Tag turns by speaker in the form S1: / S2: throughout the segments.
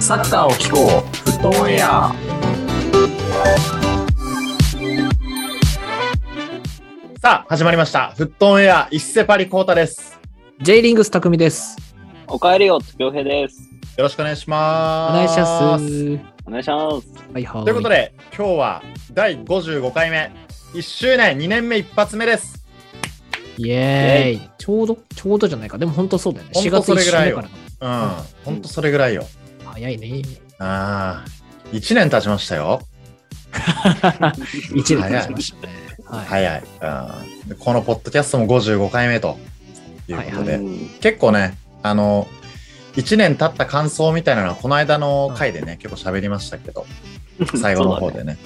S1: サッカーを聞こう、フットオンエア。
S2: さあ、始まりました。フットオンエア、一世パリコータです。
S3: J リングス匠です。
S1: おかえりよ、つぴょうへです。
S2: よろしくお願いし
S3: お
S2: ます。
S3: 願いします。
S1: お願いします。
S3: はいはい。
S2: ということ
S3: で、
S2: で、今日は第55回目、1周年、2年目一発目です。
S3: イエーイ。ちょうど、ちょうどじゃないか。でも本当そうだよね。
S2: ほんと
S3: 4月
S2: そ
S3: 1
S2: れ
S3: 週
S2: ぐらい
S3: 目
S2: よ
S3: から。
S2: うん、ほんとそれぐらいよ。
S3: 早いね。
S2: ああ、1年経ちましたよ。
S3: 一年経ちましたね。はい。
S2: 早い。うん、このポッドキャストも55回目ということで、
S3: は
S2: 結構ね、あの、1年経った感想みたいなのは、この間の回でね、結構喋りましたけど、最後の方でね。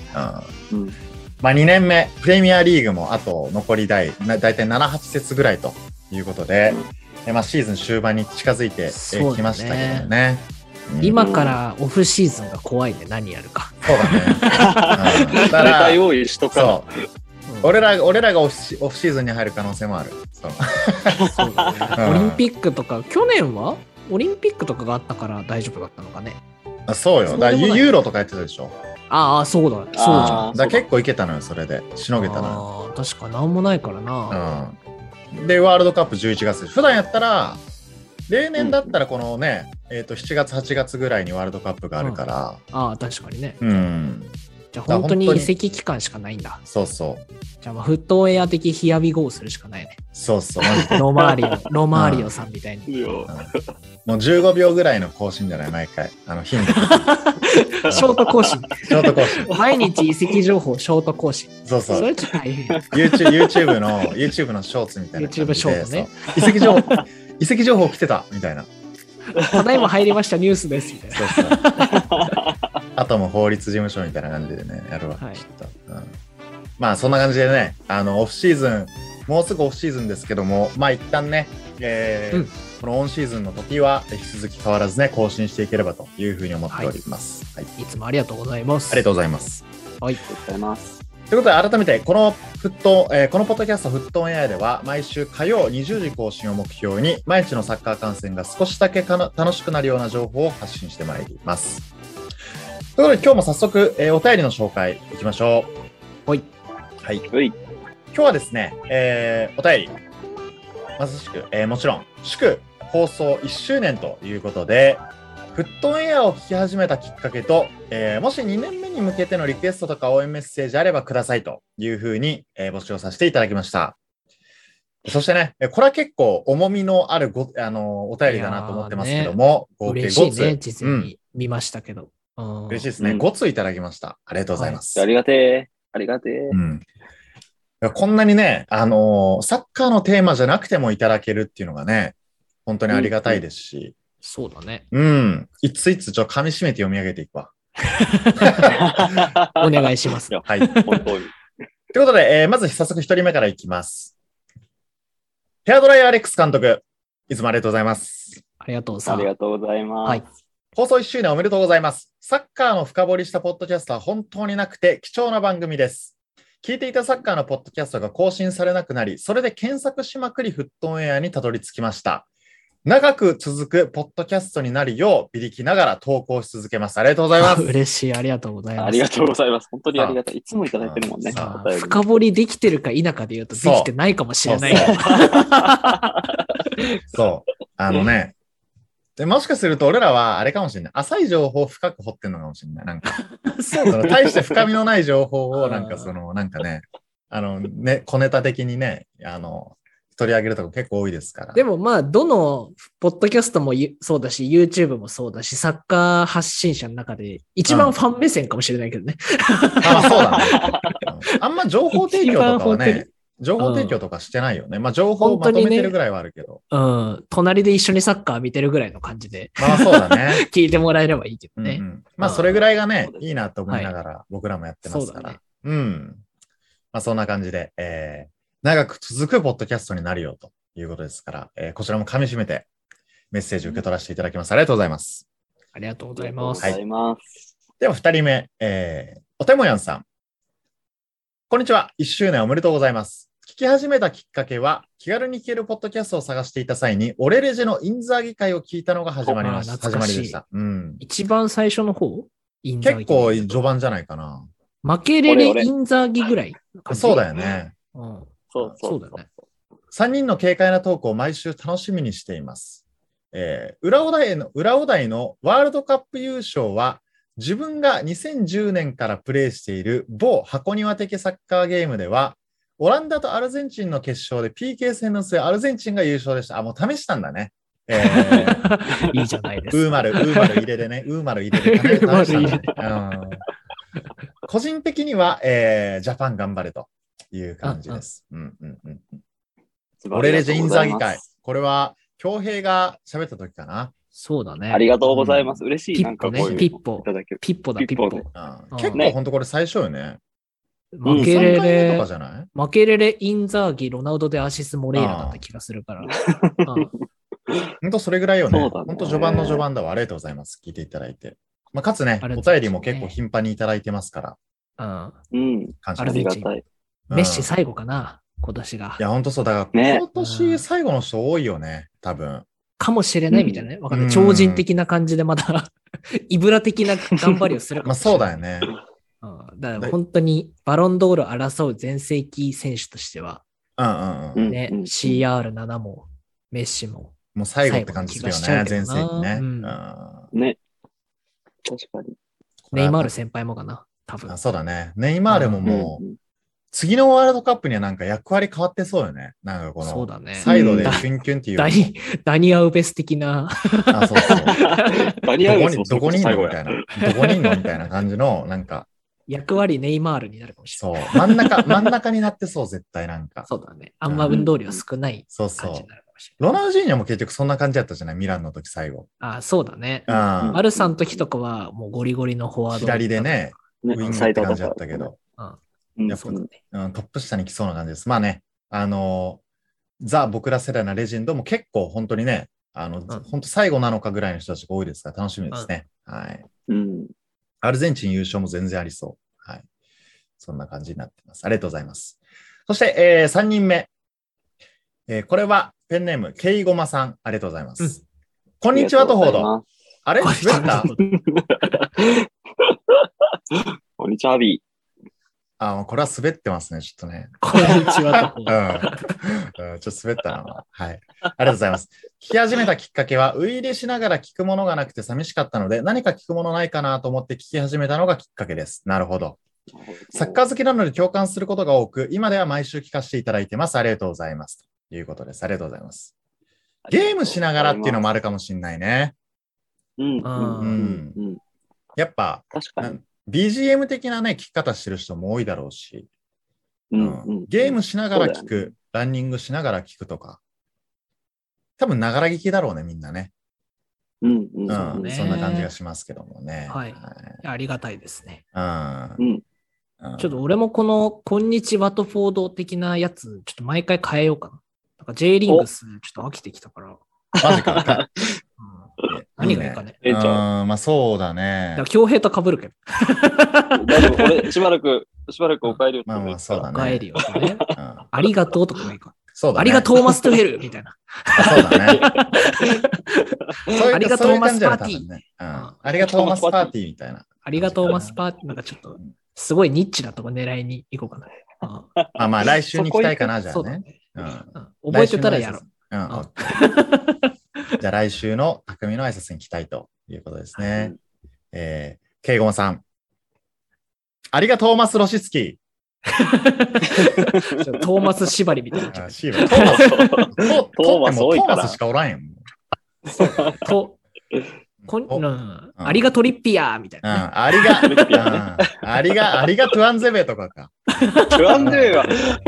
S2: うん
S1: うん。
S2: まあ、2年目、プレミアリーグもあと残り第、な大体7、8節ぐらいということで、えまあ、シーズン終盤に近づいてえ
S3: そうだね
S2: きましたけどね。うん
S3: 今からオフシーズンが怖いね。何やるか。
S2: そうだね。うんだか
S1: 誰
S2: ら
S1: か、用意しとか
S2: そう。俺ら、俺らがオフシオフシーズンに入る可能性もある。そう
S3: そうだね
S2: うん
S3: オリンピックとか、去年はオリンピックとかがあったから大丈夫だったのかね。
S2: あそうよ。だから
S3: そうでも
S2: ユ
S3: ない
S2: ユーロとかやってたでしょ。
S3: ああ、そうだ。そうじゃん。
S1: あー
S2: だから結構いけたのよ、それで。しのげたのよ。
S3: あー確か何もないからな。
S2: うんで、ワールドカップ11月。普段やったら、例年だったらこのね、えっと、7月、8月ぐらいにワールドカップがあるから、
S3: ああ、確かにね。
S2: うん、
S3: じゃあ
S2: だから
S3: 本当に
S2: 本
S3: 移
S2: 当に
S3: 籍期間しかないんだ。
S2: そうそう、
S3: じゃあまあフットウェア的ヒアビゴーするしかないね。
S2: そうそう、マジで
S3: ロマーリオ、ロマーリオさんみたいに。
S1: よ
S2: もう15秒ぐらいの更新じゃない、毎回、あの頻度、シ
S3: ショート更新。
S2: ョート更新、
S3: 毎日遺跡情報、ショート更新。
S2: そうそ、
S3: そうれちょっと大変。
S2: YouTube, YouTube の YouTube のショーツみたいな感じで、
S3: YouTube ショートね
S2: そう、遺跡情報、遺跡情報来てたみたいな、
S3: ただいま入りましたニュースですみたいな。
S2: そうそう、 あとも法律事務所みたいな感じでね、やるわ、
S3: はい
S2: きっと、うんまあそんな感じでね、あのオフシーズン、もうすぐオフシーズンですけども、まあ一旦ね、えー
S3: うん
S2: このオンシーズンの時は引き続き変わらずね更新していければというふうに思っております。はい
S3: いつもありがとうございます。
S2: ありがとうございます。
S3: はい。
S1: ありがとうございます。
S2: ということで、改めて、このフット、えーこのポッドキャスト、フットオンエアでは、毎週火曜20時更新を目標に、毎日のサッカー観戦が少しだけかな楽しくなるような情報を発信してまいります。ということで、今日も早速、えーお便りの紹介いきましょう。
S3: はい。
S2: はい。今
S1: はい。
S2: 日はですね、えーお便り、まさしく、えーもちろん、祝放送1周年ということで、フットオンエアを聞き始めたきっかけと、えーもし2年目に向けてのリクエストとか応援メッセージあればくださいというふうに、えー募集をさせていただきました。そしてね、えーこれは結構重みのあるご、あのーお便りだなと思ってますけども、合計
S3: 嬉し
S2: 5
S3: い
S2: つ。
S3: ね。事前
S2: うん
S3: に見ましたけど。うん
S2: 嬉しいですね、
S1: うん
S2: 5ついただきました。ありがとうございます。
S1: ありがてえ。ありがてえ
S2: う。んいやこんなにね、あのーサッカーのテーマじゃなくてもいただけるっていうのがね、本当にありがたいですし、
S3: そうだね。
S2: うん、いついつちょっと噛み締めて読み上げていくわ。
S3: お願いします
S1: いや
S2: はい。
S1: 本当に。
S2: ということで、えーまず早速一人目からいきます。ヘアドライヤーアレックス監督、いつもありがとうございます。
S3: ありがとう
S1: あ
S3: さ
S1: り。がとうございます。
S3: はい。
S2: 放送1周年おめでとうございます。サッカーの深掘りしたポッドキャストは本当になくて貴重な番組です。聞いていたサッカーのポッドキャストが更新されなくなり、それで検索しまくりフットオンエアにたどり着きました。長く続くポッドキャストになるよう、微力ながら投稿し続けます。ありがとうございます。
S3: 嬉しい。ありがとうございます。
S1: ありがとうご
S3: い
S1: ざいます。本当にありがたい。いつもいただいてるもんね。
S2: さ
S1: お便り
S3: 深掘りできてるか否かで言うと、できてないかもしれない。
S2: そうそう。あのね。で、もしかすると俺らはあれかもしれない。浅い情報を深く掘ってるのかもしれない。なんか、
S3: そう
S2: その大して深みのない情報を、
S3: うん
S2: なんかそ の、なんかね、あの、ね、小ネタ的にね、あの、取り上げるとこ結構多いですから。
S3: でもまあ、どの、ポッドキャストもゆそうだし、YouTube もそうだし、サッカー発信者の中で、一
S2: うん
S3: 番ファン目線かもしれないけどね。
S2: あ、まあそうだね。うんあんま情報提供とかは
S3: 一番本
S2: ね、情報提供とかしてないよね。まあ情報をま
S3: 本当
S2: と
S3: にね
S2: めてるぐらいはあるけど。
S3: うん。隣で一緒にサッカー見てるぐらいの感じで、
S2: まあそうだね。
S3: 聞いてもらえればいいけ
S2: う
S3: ど
S2: んう
S3: ね。
S2: ん、まあそれぐらいがね
S1: う、ん
S2: いいなと思いながら僕らもやってま
S3: そう
S2: す
S3: だ
S2: から。
S3: ね。
S2: うん。まあ、そんな感じで、えー長く続くポッドキャストになるよということですから、えーこちらも噛み締めてメッセージを受け取らせていただきます。ありがとうございます。
S3: ありがとうご
S1: あ
S3: ざい
S1: りがとう
S3: ま
S1: ご
S3: す。
S1: ざいます。
S2: では、2人目、えーおてもやんさん。こんにちは。1周年おめでとうございます。聞き始めたきっかけは、気軽に聞けるポッドキャストを探していた際に、オレレジのインザー議会を聞いたのが始まりまし
S3: あ
S2: た。
S3: ー懐か
S2: 始ま
S3: しい
S2: りでした。うん。
S3: 一番最初の方インザーギ
S2: 結構序盤じゃないかな。
S3: 負けれ
S1: 俺
S3: れ
S1: 俺
S3: インザーギぐらいの感じ。
S2: そうだよね。
S3: うん。
S1: そうそう。
S3: そうだね
S2: 3人の軽快なトークを毎週楽しみにしています。えー裏お題の、裏お題のワールドカップ優勝は、自分が2010年からプレイしている某箱庭的サッカーゲームでは、オランダとアルゼンチンの決勝で PK 戦の末、アルゼンチンが優勝でした。あ、もう試したんだね。え ー
S3: いいじゃないです
S2: ウーマル、ウーマル入れでね、ウーマル入れで試したんだね。
S3: ウーマ ル
S2: うん個人的には、えージャパン頑張れという感じです。うんうんうん
S1: 素
S2: 俺
S1: 晴ら
S2: レ
S1: し
S2: ジ
S1: い
S2: インザー議会
S1: ありがとうございます。
S2: これは、京平が喋った時かな。
S3: そうだね。
S1: ありがとうございます。嬉しい。
S3: ピ
S1: なん
S3: ッポ
S1: か
S3: ね
S1: こういう。
S3: ピッポ
S1: いただける。
S3: ピッポだ、ピッ
S1: ピッ
S3: ポ。うん
S2: う
S3: ん
S2: 結構
S1: ね
S2: 本当これ最初よね。
S1: うん
S3: 負けれ
S2: 3回目と
S3: れ
S2: か、じゃない
S3: 負けれれインザーギ、ロナウドでアシス・モレイラだった気がする から。うん
S2: 本当それぐらいよね。
S1: そうだね
S2: 本当序盤の序盤だわ。ありがとうございます。聞いていただいて。まあ、かつね
S3: あり、がとう
S2: お
S3: ございます
S2: 便りも結構頻繁にいただいてますから、
S3: うん
S1: うん。
S2: 感謝
S1: あ
S3: アル
S2: です。
S3: ゼン
S1: りが
S3: チン
S1: た
S2: う
S1: い。
S2: ん
S3: メッシ最後かな、今年が
S2: い。や、本当そう。だから、
S1: ね
S2: 今年最後の人多いよね、多分。
S3: かもしれないみたいなね。わかんな
S2: う
S3: い。
S2: ん
S3: 超人的な感じでまだ、 イブラ的な頑張りをするか
S2: ま
S3: も
S2: あ、
S3: しれ
S2: そう
S3: な
S2: だ
S3: い。
S2: よね。
S3: うんだから本当にバロンドールを争う全盛期選手としては、
S2: うんうんう。
S1: うんん
S3: ね、
S1: うん
S3: CR7 も、メッシも、
S2: もう最後って感じするよ
S3: 最後
S2: ね
S3: な、気
S2: 前
S3: がしちゃう
S2: 世
S3: け
S2: に
S3: どな
S2: ね。
S3: うん
S2: うん
S1: ね。確かに。
S3: ネイマール先輩もかな、多分
S2: あ。そうだね。ネイマールももう、
S1: うん
S2: 次のワールドカップにはなんか役割変わってそうよね。なんかこ
S3: そう
S2: の、
S3: だね。
S2: サイドでキュンキュンっていうよ
S3: ダ
S2: り。
S3: ニ、ダニアウベス的な、
S2: あ、そうそう。
S1: バリアウェイも
S2: どこに、どこにいん
S1: 最
S2: のみ
S1: 後や
S2: たいな。どこにいんのみたいな感じの、なんか、
S3: 役割ネイマールになるかもしれない。
S2: そう。真 ん中、真ん中になってそう、絶対なんか。
S3: そうだね。あんま運動量少ない
S2: そうそ
S3: 感じ
S2: う
S3: に。なるかもしれ
S2: ロ
S3: ない。
S2: ナウジーニョも結局そんな感じだったじゃないミランの時最後。
S3: あ、そうだね。
S2: うん。
S1: ん
S3: アルさんの時とかは、もうゴリゴリのフォワード。
S2: 左で。ね、ウィン
S1: ね
S2: グ
S1: サ
S2: っ
S1: イ
S2: て
S1: ド
S2: 感
S1: バッ
S2: じ
S1: ター
S2: だったけど。
S1: うん
S2: やっぱ
S3: そうだね。
S2: うん、トップ下に来そうな感じです。まあね、あのーザ・僕ら世代のレジェンドも結構本当にね、あの、本当最後なのかぐらいの人たちが多いですから楽しみですね。はい。
S1: うん。
S2: アルゼンチン優勝も全然ありそう。はい。そんな感じになってます。ありがとうございます。そして、え3人目。えーこれはペンネーム、ケイゴマさん。ありがとうございます。
S3: うん
S2: こんにちはと
S1: あ
S2: 報
S1: りがとうござい
S2: 道。
S1: ます。
S2: あれ滑った
S1: こんにちは、アビー。
S2: あ、もうこれは滑ってますね、ちょっとね。
S3: こんにちはと。
S2: うんうんちょっと滑ったな。はい。ありがとうございます。聞き始めたきっかけは、ウ入れしながら聞くものがなくて寂しかったので、何か聞くものないかなと思って聞き始めたのがきっかけです。なるほど。サッカー好きなので共感することが多く、今では毎週聞かせていただいてます。ありがとうございます。ということです。ありがとうございます。ゲームしながらっていうのもあるかもしれないね。
S1: うん。うん。うん。うん
S2: やっぱ、
S1: 確かに。
S2: BGM 的なね、聞き方してる人も多いだろうし、
S1: うんうん。
S2: ゲームしながら聞
S1: そう
S2: く、ランニングしながら聞くとか。多分、ながら聞きだろうね、みんなね。
S1: うん。うん。
S2: う、
S3: そうんね
S2: そんな感じがしますけどもね。
S3: はいありがたいですね。
S2: は
S1: う
S2: い。
S1: ん。
S2: うん。
S3: ちょっと俺もこの、こんにちはとフォード的なやつ、ちょっと毎回変えようかな。なんか J リングス、ちょっと飽きてきたから。うん
S2: と、マジか。か
S3: 何がいいか
S2: ね。
S3: ね。
S1: ええちゃん。
S2: うん、まあそうだね
S3: だから。京平と被るけど。
S1: 大丈夫。俺、しばらく、しばらくお帰りを
S2: まあまあそうだね。
S3: 帰るよとね。
S2: うん
S3: ありがとうとかもいいか。
S2: そうだね。
S3: ありがとうマストヘルみたいな。
S2: あそう だね。そういう
S3: ありがとう
S2: そういう
S3: マス
S2: 感じ
S3: パ
S2: だ
S3: ーティ
S2: ね
S3: ー
S2: 多分ねうんありがとうマスパーティーみたいな。
S3: ありがとうマスパーティー。なんかちょっと、すごいニッチなとこ狙いに行こうかな。
S2: あまあ来週に行きたいか
S3: う
S2: な、
S3: ん
S2: じゃ
S3: そ
S2: あ
S3: うだ
S2: ね。
S3: ね。
S2: うん
S3: うん覚えてたらやろう。
S2: 来週の挨
S3: うん
S2: 拶。うん オッケー。じゃあ来週の匠の挨拶に行きたいということですね。えー、ケイゴンさん。ありがとうマスロシスキー。
S3: ちょっとトーマス縛りみたいになっちゃ
S2: あ
S3: う。
S2: シーバートーマス。ト
S1: トーマス多いから
S2: トーマスしかおらんやん。うん、
S3: と、こん
S2: お
S3: うんありがとリッピアーみたいな。
S2: あ りが、うんありが、ありがトゥアンゼベとかか。
S1: トゥアンデーは、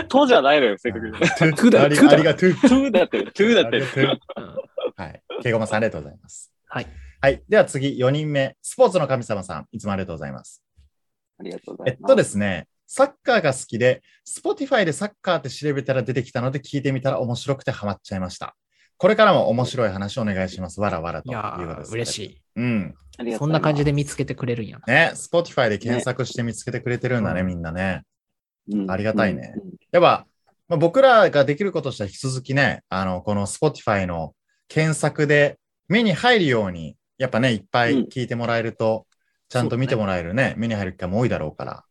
S1: とじゃないのよ、せっかく。
S2: トゥ
S3: ゥだ
S2: あり
S3: トゥだ
S2: ありがトゥ。
S1: トゥーだって、トゥーだ
S2: あ
S1: っ
S2: りが。
S1: て
S2: トゥ
S3: うん
S2: はい。ケイゴマさん、ありがとうございます。
S3: はい。
S2: はい。では次、4人目。スポーツの神様さん、いつもありがとうございます。
S1: ありがとうござ
S2: えっ
S1: います。
S2: とですね、サッカーが好きで、Spotify でサッカーって調べたら出てきたので、聞いてみたら面白くてハマっちゃいました。これからも面白い話お願いします。わらわらと
S3: い
S2: いう
S3: や
S2: ことで
S3: ー、
S2: す。
S3: 嬉し
S2: い。
S3: い。
S2: うん。
S1: ありがと
S3: そ
S1: うんござ
S3: な
S1: います
S3: 感じで見つけてくれるんやな。
S2: ね、Spotify で検索して見つけてくれてるんだね、みんなね。
S1: うん
S2: ありがたいね
S1: うん
S2: やっぱ、まあまあ、僕らができることとしては引き続きね、あの、この Spotify の検索で目に入るように、やっぱね、いっぱい聞いてもらえると、ちゃんと見てもらえるね、目に入る機会も多いだろうから。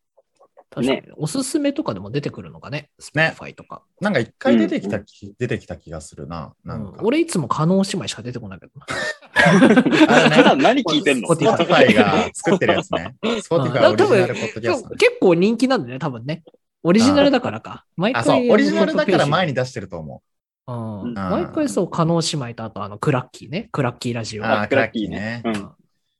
S3: 確かに、おすすめとかでも出てくるのかね、
S2: ね
S3: Spotify とか。
S2: なんか一回出てきたき、出てきた気がするな。なんか。
S3: うん俺いつも加納姉妹しか出てこないけどな。
S2: あれね
S1: 普段何聞いてんの
S2: Spotify が作ってるやつ ね。Spotify オリジナルポッドキャストね。
S3: 結構人気なんだよね、多分ね。オリジナルだからか。毎
S2: あ、
S3: 回。
S2: そう、オリジナルだから前
S3: に。
S2: に出してると思
S3: うん
S1: うん
S3: 毎回そう、加納姉妹とあとあの、クラッキーね。クラッキーラジ
S2: う。
S3: オ。
S2: あー、ク
S1: ク
S2: ラ
S1: ラ
S2: ッ
S1: ッ
S2: キ
S1: キ
S2: ー
S1: ー
S2: ね。
S1: うん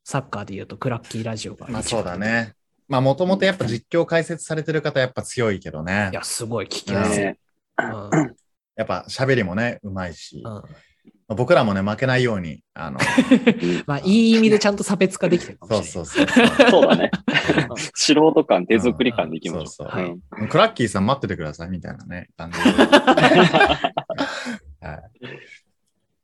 S3: サッカーで言うとクラッキーラジオが。
S2: まあそうだ。ね。まあもともとやっぱ実況解説されてる方やっぱ強いけどね
S3: い。や、すごい聞きやすい。
S1: ね
S3: うんうん
S2: やっぱ喋りもね、うまいし。まあ僕らもね、負けないように、あの、
S3: まあ、いい意味でちゃんと差別化できてるかもしれな
S2: そう
S3: い。
S2: そうそう。
S1: そう だね。
S3: うん
S1: 素人感、手作り感でいきましょう。
S2: そう
S3: そう
S1: うん
S2: クラッキーさん待っててくださいみたいなね、感じ ではい。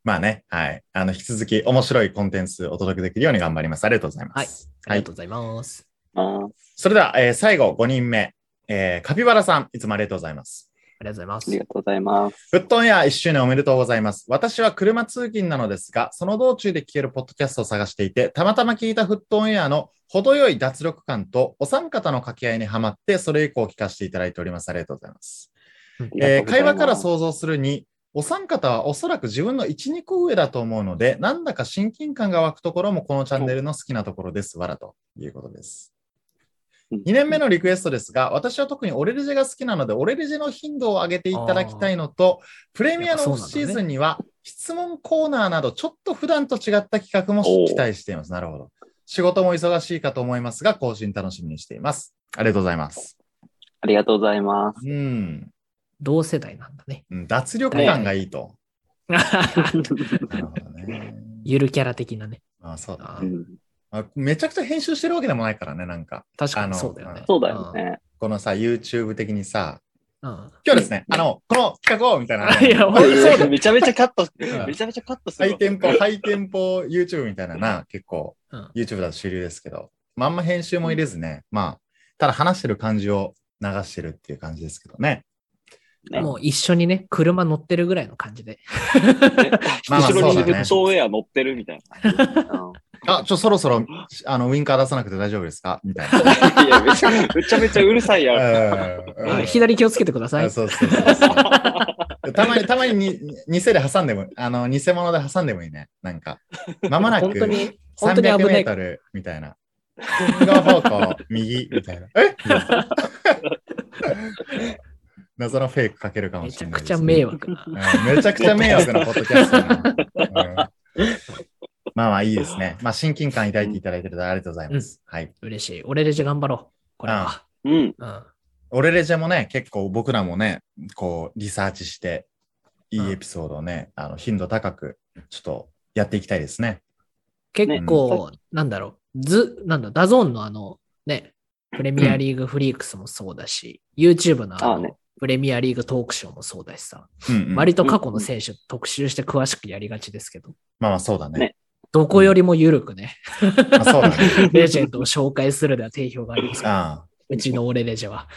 S2: まあね、はい。あの、引き続き面白いコンテンツお届けできるように頑張ります。ありがとうございます。
S3: ありがとうございます。
S1: あー
S2: それでは、えー最後5人目、えーカピバラさん、いつもありがとうございます。
S3: ありがとうございま
S1: あり
S3: す
S1: が。とうございます。
S2: フットンエア1周年おめでとうございます。私は車通勤なのですが、その道中で聞けるポッドキャストを探していて、たまたま聞いたフットンエアの程よい脱力感とお三方の掛け合いにはまって、それ以降聞かせていただいております。ありがとうございます。えー会話から
S1: う。
S2: 想像するに、お三方はおそらく自分の1、2個上だと思うので、なんだか親近感が湧くところもこのチャンネルの好きなところです。わらということです。2年目のリクエストですが、私は特にオレルジェが好きなので、オレルジェの頻度を上げていただきたいのと、プレミアのオフシーズンには、質問コーナーなど、ちょっと普段と違った企画も
S1: おー
S2: 期待しています。なるほど。仕事も忙しいかと思いますが、更新楽しみにしています。ありがとうございます。
S1: ありがとうございます。
S2: うん。
S3: 同世代なんだね。
S2: うん脱力感がいいと。なるほどね。
S3: ゆるキャラ的なね。
S2: まあそうだ
S3: あ
S1: う
S3: ー
S1: ん
S2: あめちゃくちゃ編集してるわけでもないからね、なんか。
S3: 確か
S2: あ
S3: に
S2: の
S3: そうだよね。
S1: そうだよね。
S2: このさ、YouTube 的にさ、
S3: うん。うん。
S2: 今日ですね、あの、この企画をみたいな。
S3: いや
S2: こ
S3: そ
S2: れ
S3: う
S2: そうだよ
S1: めちゃめちゃカット、
S2: ん
S1: めちゃめちゃカットす
S2: ハ
S1: る
S2: イ
S1: わ。
S2: テンポ、ハイテンポ YouTube みたいなな、結構
S3: うん。
S2: YouTube だと主流ですけど、まあ、あんま編集も入れずね、まあ、ただ話してる感じを流してるっていう感じですけどね。
S1: ね
S3: もう一緒にね、車乗ってるぐらいの感じで。
S2: まあまあ
S1: 後ろ
S2: そ
S1: に
S2: うだ
S1: フ
S2: ね
S1: ットウェア乗ってるみたいな。うん
S2: あ、ちょ、そろそろ、あの、ウインカー出さなくて大丈夫ですかみたい
S1: いやめちゃめちゃめちゃうるさいやん。
S2: な。うん
S3: はい左気をつけてくださ
S2: あ
S3: い。
S2: そうそうそう そう。たまに、たまににに偽で挟んでも、あの、偽物で挟んでもいいね。なんか、まもなく
S3: 本当
S2: 300
S3: に、本当に危な
S2: メー
S3: い
S2: ト。ルみたいな。側方向、右みたいな。え 謎のフェイクかけるかも
S3: め
S2: し
S3: ち
S2: れ
S3: ゃ
S2: ない
S3: く
S2: で
S3: ちゃ
S2: すね、
S3: 迷惑な。
S2: うんめちゃくちゃ迷惑なポッドキャストだな、うんまあまあいいですね。まあ親近感抱いていただいてるとありがとうございます。はい。
S3: 嬉しい。俺レジ頑張ろう。これは。
S1: うん。
S3: うん。
S2: 俺レジェもね、結構僕らもね、こうリサーチして、いいエピソードをね、あの頻度高く、ちょっとやっていきたいですね。
S3: 結構、なんだろう、ず、なんだ、ダゾーンのあの、ね、プレミアリーグフリークスもそうだし、YouTube のあ
S1: ああ
S3: の、
S1: ね
S3: プレミアリーグトークショーもそうだしさ、
S2: うんうんま
S3: 割と過去の選手特集して詳しくやりがちですけど、
S2: あまあそうだね。
S1: ね
S3: どこよりも緩くね、
S2: まあそうだね。
S3: レジェンドを紹介するでは定評がありますから
S2: あ
S3: うちの俺レジェは。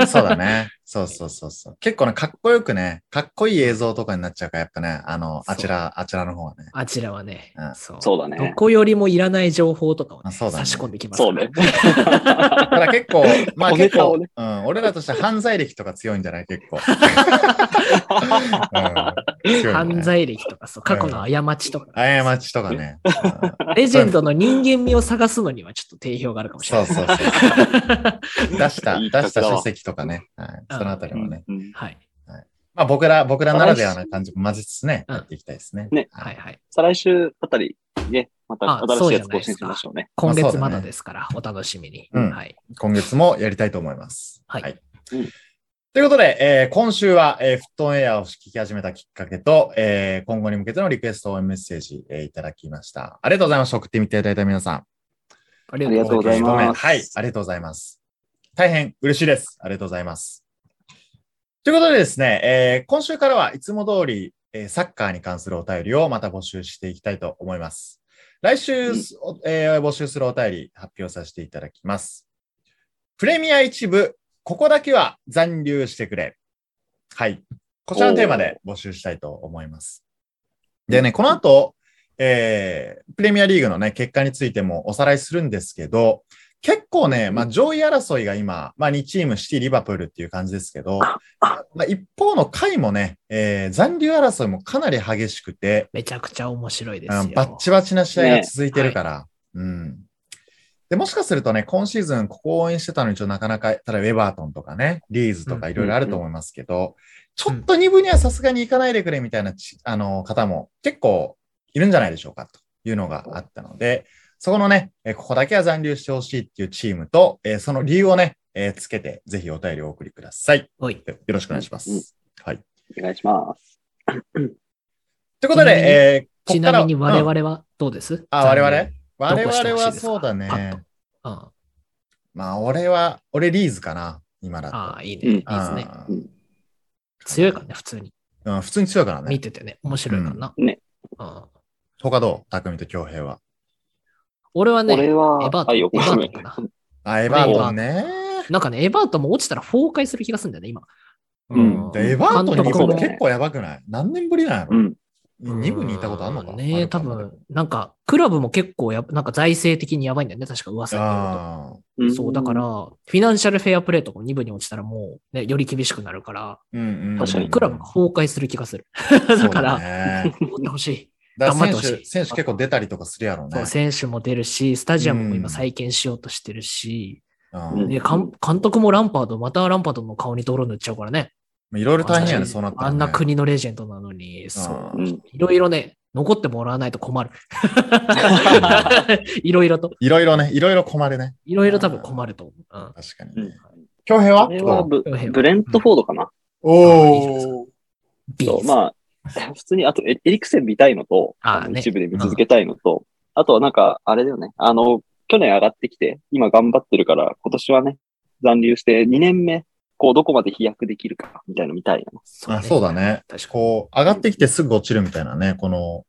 S2: あそうだね。そうそうそうそう。結構ね、かっこよくね、かっこいい映像とかになっちゃうから、やっぱね、あの、
S3: そう
S2: あちら、あちらの方はね。
S3: あちらはね
S2: う、ん
S3: そう。
S1: そうだね
S3: どこよりもいらない情報とかを、ね
S2: あそうだね
S3: 差し込んできます
S1: そ
S3: か
S1: う
S3: ら
S1: ね。
S2: ただ結 構、まあ
S1: 小ネ
S2: 結
S1: タ
S2: 構、
S1: をね
S2: うん、俺らとしては犯罪歴とか強いんじゃない結構。うん強いよね
S3: 犯罪歴とか、そう、過去の過ちとか、
S2: 過ちとかね。うん
S3: レジェンドの人間味を探すのにはちょっと定評があるかもしれ
S2: そ
S3: な
S2: う
S3: い。
S2: そうそう。出した、
S1: い
S2: 出
S1: い企
S2: した
S1: 画だわ
S2: 書籍とかね。はい、そのあたりもね。
S1: う ん
S3: はい。
S2: まあ僕ら、僕らならではな感じも混ぜつつね、
S3: うん
S2: やっていきたいですね。
S1: ね
S2: は
S3: はい
S2: い。
S3: はい。
S1: 再来週あたり、ね、また
S3: あ
S1: 新しいやつ
S3: そうじゃない
S1: 更
S3: です
S1: 新
S3: か
S1: しましょうね。
S3: 今
S2: まあ
S3: 月
S2: そうだ
S3: ま
S2: ね
S3: だですから、お楽しみに。
S2: うん
S3: はい。
S2: 今月もやりたいと思います。
S3: はい
S1: うん
S2: ということで、えー今週は、えー、フットンエアを聞き始めたきっかけと、えー今後に向けてのリクエスト応援メッセージ、えーいただきました。ありがとうございました。送ってみていただいた皆さん。
S3: あり
S1: ありがとうございます
S2: はい、ありがとうございます。大変嬉しいです。ありがとうございます。ということでですね、えー今週からはいつも通り、えーサッカーに関するお便りをまた募集していきたいと思います。来週、
S1: うん
S2: おえー募集するお便り発表させていただきます。プレミア一部、ここだけは残留してくれ。はい。こちらのテーマで募集したいと思います。でね、この後、えープレミアリーグのね、結果についてもおさらいするんですけど、結構ね、まあ、上位争いが今、まあ、2チーム、シティ、リバプールっていう感じですけど、まあ、一方の下位もね、えー残留争いもかなり激しくて、
S3: めちゃくちゃ面白いで
S2: あ
S3: す
S2: の
S3: よ。
S2: バッチバチな試合が続いてるから、うんで。もしかするとね、今シーズンここを応援してたのに、ちょっとなかなか、ただウェバートンとかね、リーズとかいろいろあると思いますけど、ちょっと2部にはさすがに行かないでくれみたいなちあの方も結構いるんじゃないでしょうかというのがあったので、そこのね、えーここだけは残留してほしいっていうチームと、えーその理由をね、えーつけて、ぜひお便りをお送りください。
S3: おい。
S2: よろしくお願いします。はい。
S1: お願いします。
S2: ということ
S3: ちなみに
S2: で、えーこ
S3: ち
S2: っか
S3: な
S2: ら
S3: みに我
S2: うん
S3: 々はどうです、
S2: あ、我々
S3: 残
S2: 我
S3: どこして
S2: 々
S3: ほしい
S2: は
S3: ですか
S2: そうだね。
S3: パッと念うん。
S2: まあ、俺は、俺リーズかな、今だと。
S3: ああ、いいね。
S1: うん
S3: いいですね。
S2: あ
S1: う
S2: ー
S1: ん
S3: 強いからね、普通に。
S2: うん、普通に強いから
S3: 見
S2: ね。
S3: ててね、面白いからな。
S1: うんね
S3: うん
S2: 他どう匠と京平は。
S3: 俺はね、
S1: 俺
S3: エ
S1: は、
S3: バー
S1: あ、
S3: トン。エ
S1: 横
S3: バ
S1: 浜
S3: ートンかな。
S2: あ、エバートンね。
S3: なんかね、エバートンも落ちたら崩壊する気がするんだよね、今。
S2: うん。でエバートンに行くの
S1: 監督もね
S2: 結構やばくない何年ぶりなんやろ、
S1: うん。
S2: ?2 部にいたことあんのか
S3: ねえ、多。分、なんか、クラブも結構やば、なんか財政的にやばいんだよね、確か噂によると。
S2: あ
S1: ん
S3: そう、だから、、フィナンシャルフェアプレーとかも2部に落ちたらもう、ね、より厳しくなるから、
S2: ーうんうん、
S1: 確かに
S3: クラブが崩壊する気がす る。だから、
S2: ら。ね、
S3: 持ってほしい。
S2: だ
S3: 頑張
S2: か
S3: って
S2: ら
S3: ほしい
S2: 選手、選手結構出たりとかするやろうね。
S3: そう、選手も出るし、スタジアムも
S2: うん
S3: 今再建しようとしてるし、
S2: うん
S3: ね、かん監督もランパード、またランパードの顔に泥塗っちゃうからね。
S2: まあいろいろ大変やね、
S1: 私
S2: そうなったら、ね。
S3: あんな国のレジェンドなのに、そう。
S2: う
S1: うんん。
S3: いろいろね、残ってもらわないと 困る。いろいろと。
S2: いろいろね、いろいろ困るね。
S3: いろいろ多分困ると思う。うん
S2: 確か
S1: う
S2: に
S1: ん
S2: ね。京、平は
S1: あれはブ
S3: うん
S1: ブレントフォードかな。
S2: おお。
S3: ビ
S1: そ
S3: ー
S1: う
S3: ズ。
S1: まあ、 普通に、あとエエリクセン見たいのと、
S3: あーね
S1: 一部で見続けたいのと、あとはなんか、あれだよね、あの、去年上がってきて、今頑張ってるから、今年はね、残留して2年目、こう、どこまで飛躍できるか、みたいなの見たいよね。
S3: ね
S2: あそうだね。
S3: 確かに。
S2: こう、上がってきてすぐ落ちるみたいなね、この、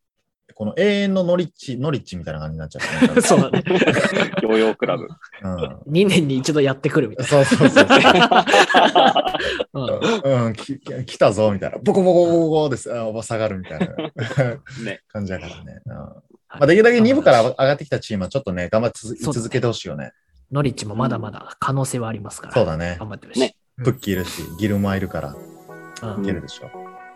S2: この永遠のノリッチ、ノリッチみたいな感じになっちゃってね
S3: そうだね。
S1: ヨーヨーク ラブ。
S2: うん
S3: 2年に一度やってくるみたい
S2: そうそうそう
S3: な。
S2: そう。うん、き来たぞ、みたいな。ボコボコボコボコです。あ下がるみたいな
S1: ね
S2: 感じだからね。うんまあ、できるだけ2部から上がってきたチームはちょっとね、頑張って続
S3: そうだね
S2: 続けてほしいよね。
S3: ノリッチもまだまだ可能性はありますから。
S2: そうだね。
S3: 頑張ってほしい。
S1: ね
S2: プッキーいるし、ギルもいるから、
S3: う
S2: い
S3: ん
S2: けるでしょう。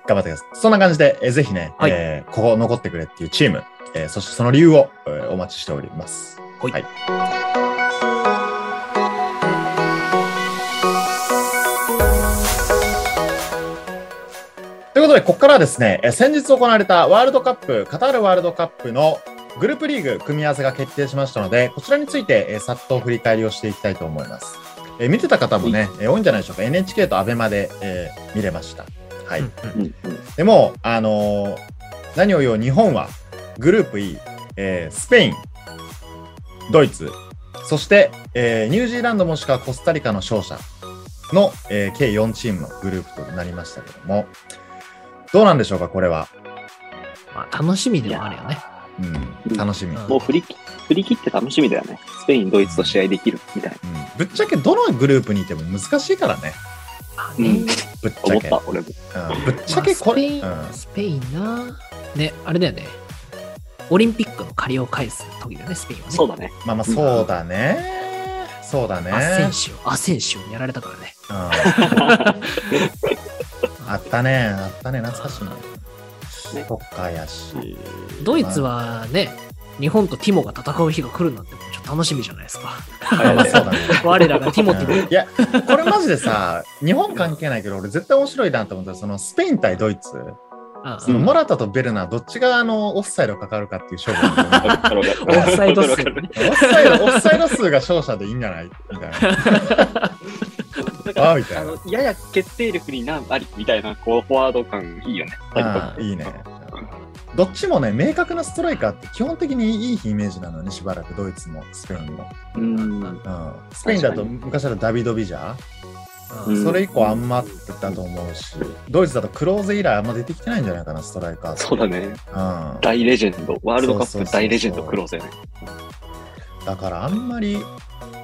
S2: 頑張ってください。そんな感じで、えぜひね、
S3: はい
S2: えーここ残ってくれっていうチーム、えーそしてその理由を、えーお待ちしております。
S3: ほい
S2: はいということで、ここからはですね、えー先日行われたワールドカップ、カタールワールドカップのグループリーグ組み合わせが決定しましたので、こちらについて、えーさっと振り返りをしていきたいと思います。えー見てた方もね、えー多いんじゃないでしょうか。NHK と ABEMA で、えー見れました。はい。
S3: うんうん
S1: うん。
S2: でも、あのー何を言おう、日本はグループ E、えースペイン、ドイツ、そして、えーニュージーランドもしくはコスタリカの勝者の、えー計4チームのグループとなりましたけども、どうなんでしょうか、これは。
S3: まあ、楽しみでもあるよ
S1: い
S3: ね。
S2: うん、楽しみ。うん
S3: うん
S1: もう振り切、振り切って楽しみだよね。スペイン、ドイツと試合できる、みたいな。
S2: ぶっちゃけどのグループにいても難しいからね、
S3: まあね
S2: ぶっち
S1: 思
S2: ゃ
S1: っ
S2: け。
S1: た、俺も。
S2: うん、ぶっちゃけこれ、
S3: まあスペイン、スペインな。ね、あれだよね。オリンピックの借りを返す時だよね、スペインはね。
S1: そうだ ね。
S2: うん、まあまあ、そうだね。そうだね。
S3: アセンシオ、アセンシオにやられたからね。
S2: うんあったね、あったね、懐かしいな。そっかやし。
S3: ドイツはね、日本とティモが戦う日が来るなんてもうちょっと楽しみじゃないですか。
S2: まあ、まあそうだね。
S3: 我らがティモ ティ
S2: うん
S3: ね
S2: いや、これマジでさ、日本関係ないけど、俺絶対面白いなと思ったらそのスペイン対ドイツ、そのモラタとベルナー、どっちがあのオフサイドかかるかっていう勝負なん だよね。
S1: オ
S3: オフサイド数。
S2: オフサイド、オフサイド数が勝者でいいんじゃないみたいな。あみた
S1: あ
S2: いな
S1: の。やや決定力になありみたいなこうフォワード感いいよね。
S2: ああいいね。どっちもね、明確なストライカーって基本的にいいイメージなのね、しばらくドイツもスペインも。
S1: うん。
S2: うん、スペインだと
S1: 確
S2: 昔だとダビド・ビジャー、
S1: うん
S2: それ以降あんまだったと思うし、ドイツだとクローズ以来あんま出てきてないんじゃないかな、ストライカーって
S1: そうだね。
S2: うん、
S1: 大レジェンド。ワールドカ
S2: そうそうそ
S1: ップ
S2: うそう
S1: 大レジェンドクローゼね。
S2: だからあんまり、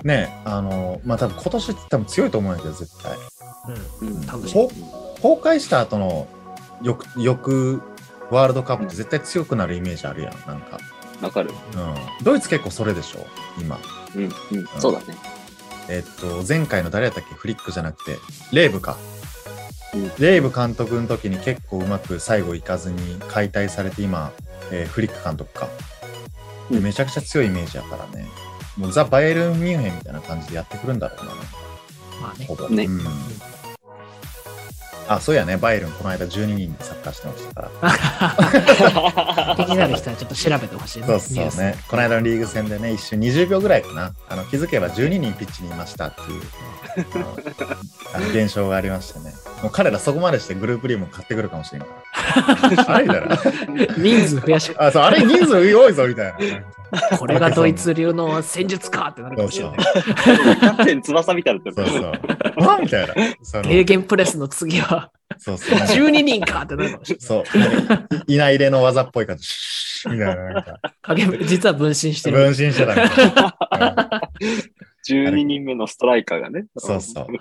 S2: ね、あの、まあ多分今年って多分強いと思うんだけど、絶対。
S3: うん
S1: うん
S2: ん
S3: 楽し
S2: ほ崩壊した後の翌、翌ワールドカップって絶対強くなるイメージあるやん、なんか。
S1: わかる。
S2: うん。ドイツ結構それでしょ、今。
S1: うん、うん、そうだね。
S2: えっと、前回の誰やったっけフリックじゃなくて、レーブか。
S1: うん
S2: レーブ監督の時に結構うまく最後行かずに解体されて今、えーフリック監督か。で
S1: うん
S2: めちゃくちゃ強いイメージやからね。もうザ・バイエルン・ミュンヘンみたいな感じでやってくるんだろうな、
S3: まあね
S2: ほ。ぼ。
S1: ね
S2: うんあ、そうやね。バイエルン、この間12人でサッカーしてましたから。
S3: 気にな る人はちょっと調べてほしいね
S2: そうそ
S3: ニュー
S2: う
S3: ス
S2: ね。この間のリーグ戦でね、一瞬20秒ぐらいかな。あの気づけば12人ピッチにいましたっていう、あのあの現象がありましてね。もう彼らそこまでしてグループリーグも買ってくるかもしれない。あれだろ。
S3: 人数増やし、
S2: あ、そう、あれ人数多いぞみたい
S3: これがドイツ流の戦術かってな
S2: な。
S3: るか
S2: そ
S3: も
S2: う
S3: し
S2: そ
S3: れ
S2: う
S3: ない。。
S1: キャプテン翼みたいになって
S2: そうそ
S1: る。
S2: う。わあみたいな。その
S3: 経験プレスの次は
S2: そうそう。なんか
S3: 12人かってなるかもしれない。
S2: そう。なんかいいないれの技っぽい感じ。シュッみたいな。なんか
S3: 影実は分身して
S2: 分
S3: る。
S2: 身してたみたいな。うん
S1: 12人目のストライカーがね。
S2: そうそう。
S3: はい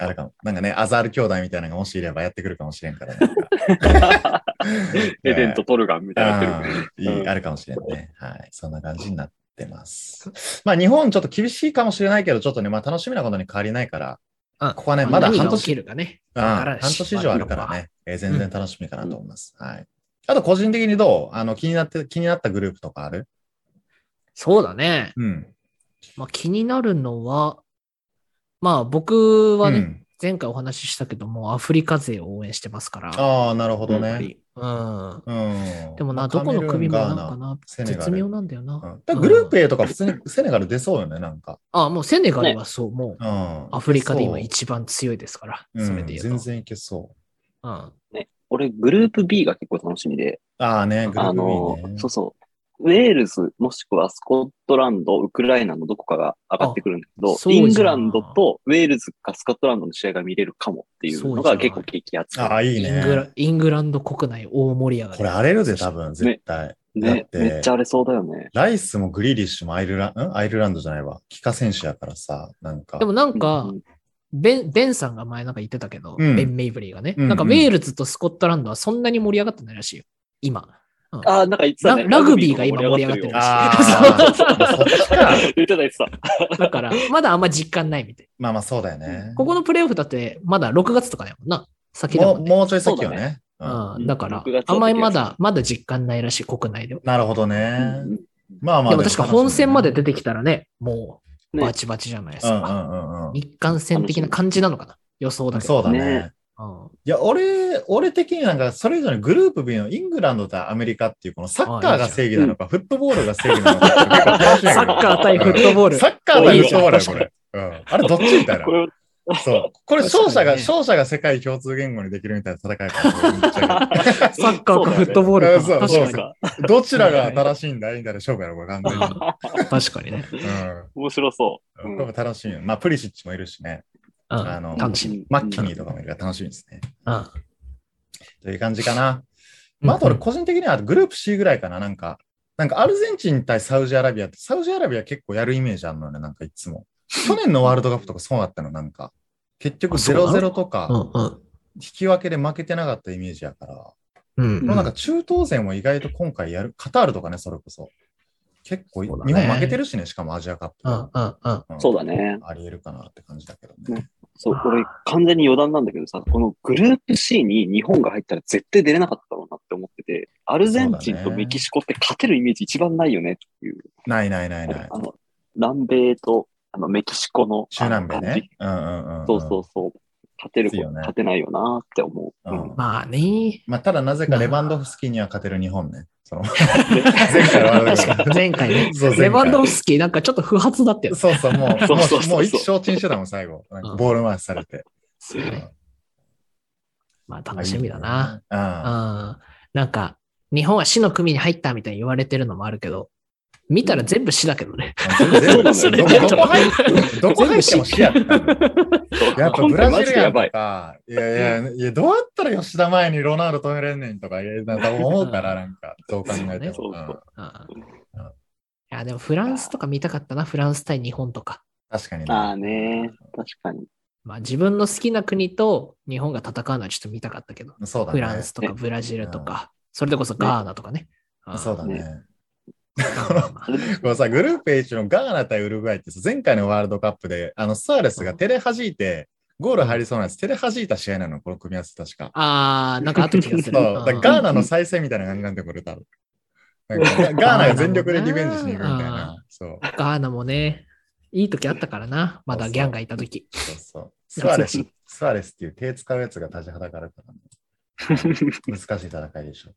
S2: あれかも。なんかね、アザール兄弟みたいなのがもしいればやってくるかもしれんからね。
S1: エデンとトルガンみたいになってる。
S2: うんいい
S1: うん
S2: あるかもしれんね。はい。そんな感じになってます。まあ、日本ちょっと厳しいかもしれないけど、ちょっとね、まあ、楽しみなことに変わりないから、
S3: うん
S2: ここはね、まだ半
S3: 何が起き
S2: 年、
S3: るかね。
S2: うん
S3: わか
S2: 半
S3: らんし
S2: 年以上あるからね、えー全然楽しみかなと思います。はい。あと、個人的にどうあの、気になって、気になったグループとかある
S3: そうだね。
S2: うん。
S3: まあ、気になるのは、まあ僕はね、
S2: うん
S3: 前回お話ししたけども、アフリカ勢を応援してますから。
S2: ああ、なるほど
S3: やっぱ
S2: ね。
S3: りうん。
S2: うん。
S3: でも
S2: ま
S3: な、
S2: あ
S3: どこの組もなんか。な、
S2: セネガル
S3: 絶妙なんだよ
S2: カメルーンガーナう
S3: な。
S2: ん、だからグループ
S3: うん
S2: A とか普通にセネガル出そうよね、なんか。
S3: あ、もうセネガルはそう、もう
S2: うん。
S3: アフリカで今
S2: そう
S3: 一番強いですから、
S2: うん
S3: それで言うと。
S2: 全然いけそう。
S3: うん。
S1: 俺、グループ B が結構楽しみで、
S2: ああね、グル
S1: あ
S2: ー
S1: の
S2: プ B ね。、
S1: そうそう。ウェールズ、もしくはスコットランド、ウクライナのどこかが上がってくるんだけ
S3: あ
S1: ど、
S3: そう
S1: イ
S3: じゃん
S1: ングランドとウェールズかスコットランドの試合が見れるかもっていうの
S3: そうじゃ
S1: が
S3: ん
S1: 結構激アツ。
S2: ああ、いい
S3: イングラ
S2: ね。
S3: イングランド国内大盛り上がり。
S2: これ荒れるぜ、多分、絶対。だっ
S1: ね、
S2: て
S1: めっちゃ荒れそうだよね。
S2: ライスもグリーリッシュもアイルランド、んアイルランドじゃないわ。キカ選手やからさ、なんか。
S3: でもなんか、
S1: うん
S3: ベン、ベンさんが前なんか言ってたけど、
S2: うん
S3: ベン・メイブリーがね、
S2: うんうん
S3: なんかウェールズとスコットランドはそんなに盛り上がってないらしいよ。今。
S1: ああ、なんか言ってたね。
S3: ララグビーが今盛り上がってる
S1: ラ
S2: ああ、そっちか。
S1: グビーが盛り上がってるよ言ってた言ってた。
S3: だ から、まだあんま実感ないみたい。
S2: まあまあ、そうだよね。
S3: ここのプレイオフだって、まだ6月とかだもんな。先だ
S2: も
S3: も
S2: うん
S3: ね。
S2: もうちょい先よね。うん
S3: うん、だから
S1: 6月は、
S3: あんまりま
S1: でき
S3: だ、まだ実感ないらしい、国内では。
S2: なるほどね。まあまあ。
S3: でも確か本戦まで出て
S2: て
S3: きたらね、もう、
S1: ね
S3: バチバチじゃないです
S2: うんうん
S3: か。
S2: うんうん
S3: 日韓戦的な感じなのかな予想だけど。
S2: そうだね
S1: ね。
S3: うん
S2: いや、俺、俺的になんか、それ以上にグループ B のイングランドとアメリカっていう、このサッカーが正義なのか、フットボールが正義なのかって結構楽しみ
S3: サ
S2: やけど、
S3: ッカー対フットボール。
S2: サッカー対フットボール
S3: いいじゃん
S2: や、これ。うん、あれ、どっちみたいな
S1: こ。れ
S2: そう。これ、勝者
S3: 確か
S2: が、
S3: にね
S2: 勝者が世界共通言語にできるみたいな戦い方めっちゃい
S3: サッカーかフットボール
S2: そう
S3: か。確
S2: だね
S3: かに
S2: そう。いどちらが正しいんだいみたいな勝負やろ、わかんない。
S3: うん確かにね。
S2: う
S1: 面白そ
S2: ん。これも楽しみよ。まあ、プリシッチもいるしね。
S3: うん
S2: あの
S3: 楽しみ。
S1: うん
S2: マッキニーとかもいるから楽しみですね。
S3: うん
S2: という感じかな。まあ、あと俺個人的にはグループ C ぐらいかな、なんか。なんかアルゼンチン対サウジアラビアって、サウジアラビア結構やるイメージあるのよね、なんかいつも。去年のワールドカップとかそうだったの、なんか。結局
S3: あそうなの
S2: 0-0と
S3: う
S2: か、
S3: んうん
S2: 引き分けで負けてなかったイメージやから。も
S3: うん
S2: うなんか中東勢も意外と今回やる、カタールとかね、それこそ。結構、
S3: そうだ
S2: 日
S3: ね
S2: 本負けてるしね、しかもアジアカップ。
S3: うんうんうん
S1: う。そうだね。
S2: ありえるかなって感じだけどね。
S1: そう、これ完全に余談なんだけどさ、このグループ C に日本が入ったら絶対出れなかったろうなって思ってて、アルゼンチンとメキシコって勝てるイメージ一番ないよねっていう。
S2: ないないないない
S1: あ。の、南米とあのメキシコの。
S2: 中南米
S1: あの感
S2: ね
S1: じ。
S2: うんうんうん。
S1: そうそうそう。勝てる
S2: 強いよね
S1: 勝てないよなって思う。
S2: うん
S3: まあね。
S2: まあ、ただなぜかレバンドフスキには勝てる日本ね。その前回は
S3: 確かに前回ね。
S2: そう前回
S3: レバンドフスキーなんかちょっと不発だったよね。
S2: そうそう、もう、
S1: そう
S2: も
S1: そうそう
S2: う、
S1: そう
S2: もう意気消沈してたもん、最後。なんかボール回しされて。うん
S3: まあ楽しみだな。。うん。
S2: あ
S3: なんか、日本は死の組に入ったみたいに言われてるのもあるけど、見たら全部死だけどね。
S2: あ。全然
S1: それ
S2: どこどこ入ってどこ入っても死やったんだ。やっぱブラジルやん
S1: ば
S2: と
S1: い。
S2: か、いやいや、いやどうやったら吉田前にロナウド止めれんねんとか、いやなんか思うから、なんか、そう考えても。
S1: そうそう
S2: うん
S3: うん。いや、でもフランスとか見たかったな。フランス対日本とか。
S2: 確かにね。
S1: ああね、確かに。
S3: まあ自分の好きな国と日本が戦うのはちょっと見たかったけど、
S2: そうだ
S3: フ
S2: ね。
S3: ランスとか
S1: ね
S3: ブラジルとか、それでこそガーナとかね。あー
S2: そうだね
S1: ね。
S3: まあまあまあ
S2: このさ、グループ H のガーナ対ウルグアイってさ、前回のワールドカップで、あの、スアレスが手で弾いて、ゴール入りそうなやつ、手で弾いた試合なの、この組み合わせ確か。
S3: あー、なんかあった気がす
S2: そ
S3: る。
S2: う、だからガーナの再生みたいな感じなんで、これ多分。なんかガガーナが全力でリベンジしに行くみたいな。そう
S3: うんガーナもね、いい時あったからな。まだギャンがいた時。
S2: そうそう。スアレス、スアレスっていう手使うやつが立ちはだかるからね、 難しい戦いでしょ。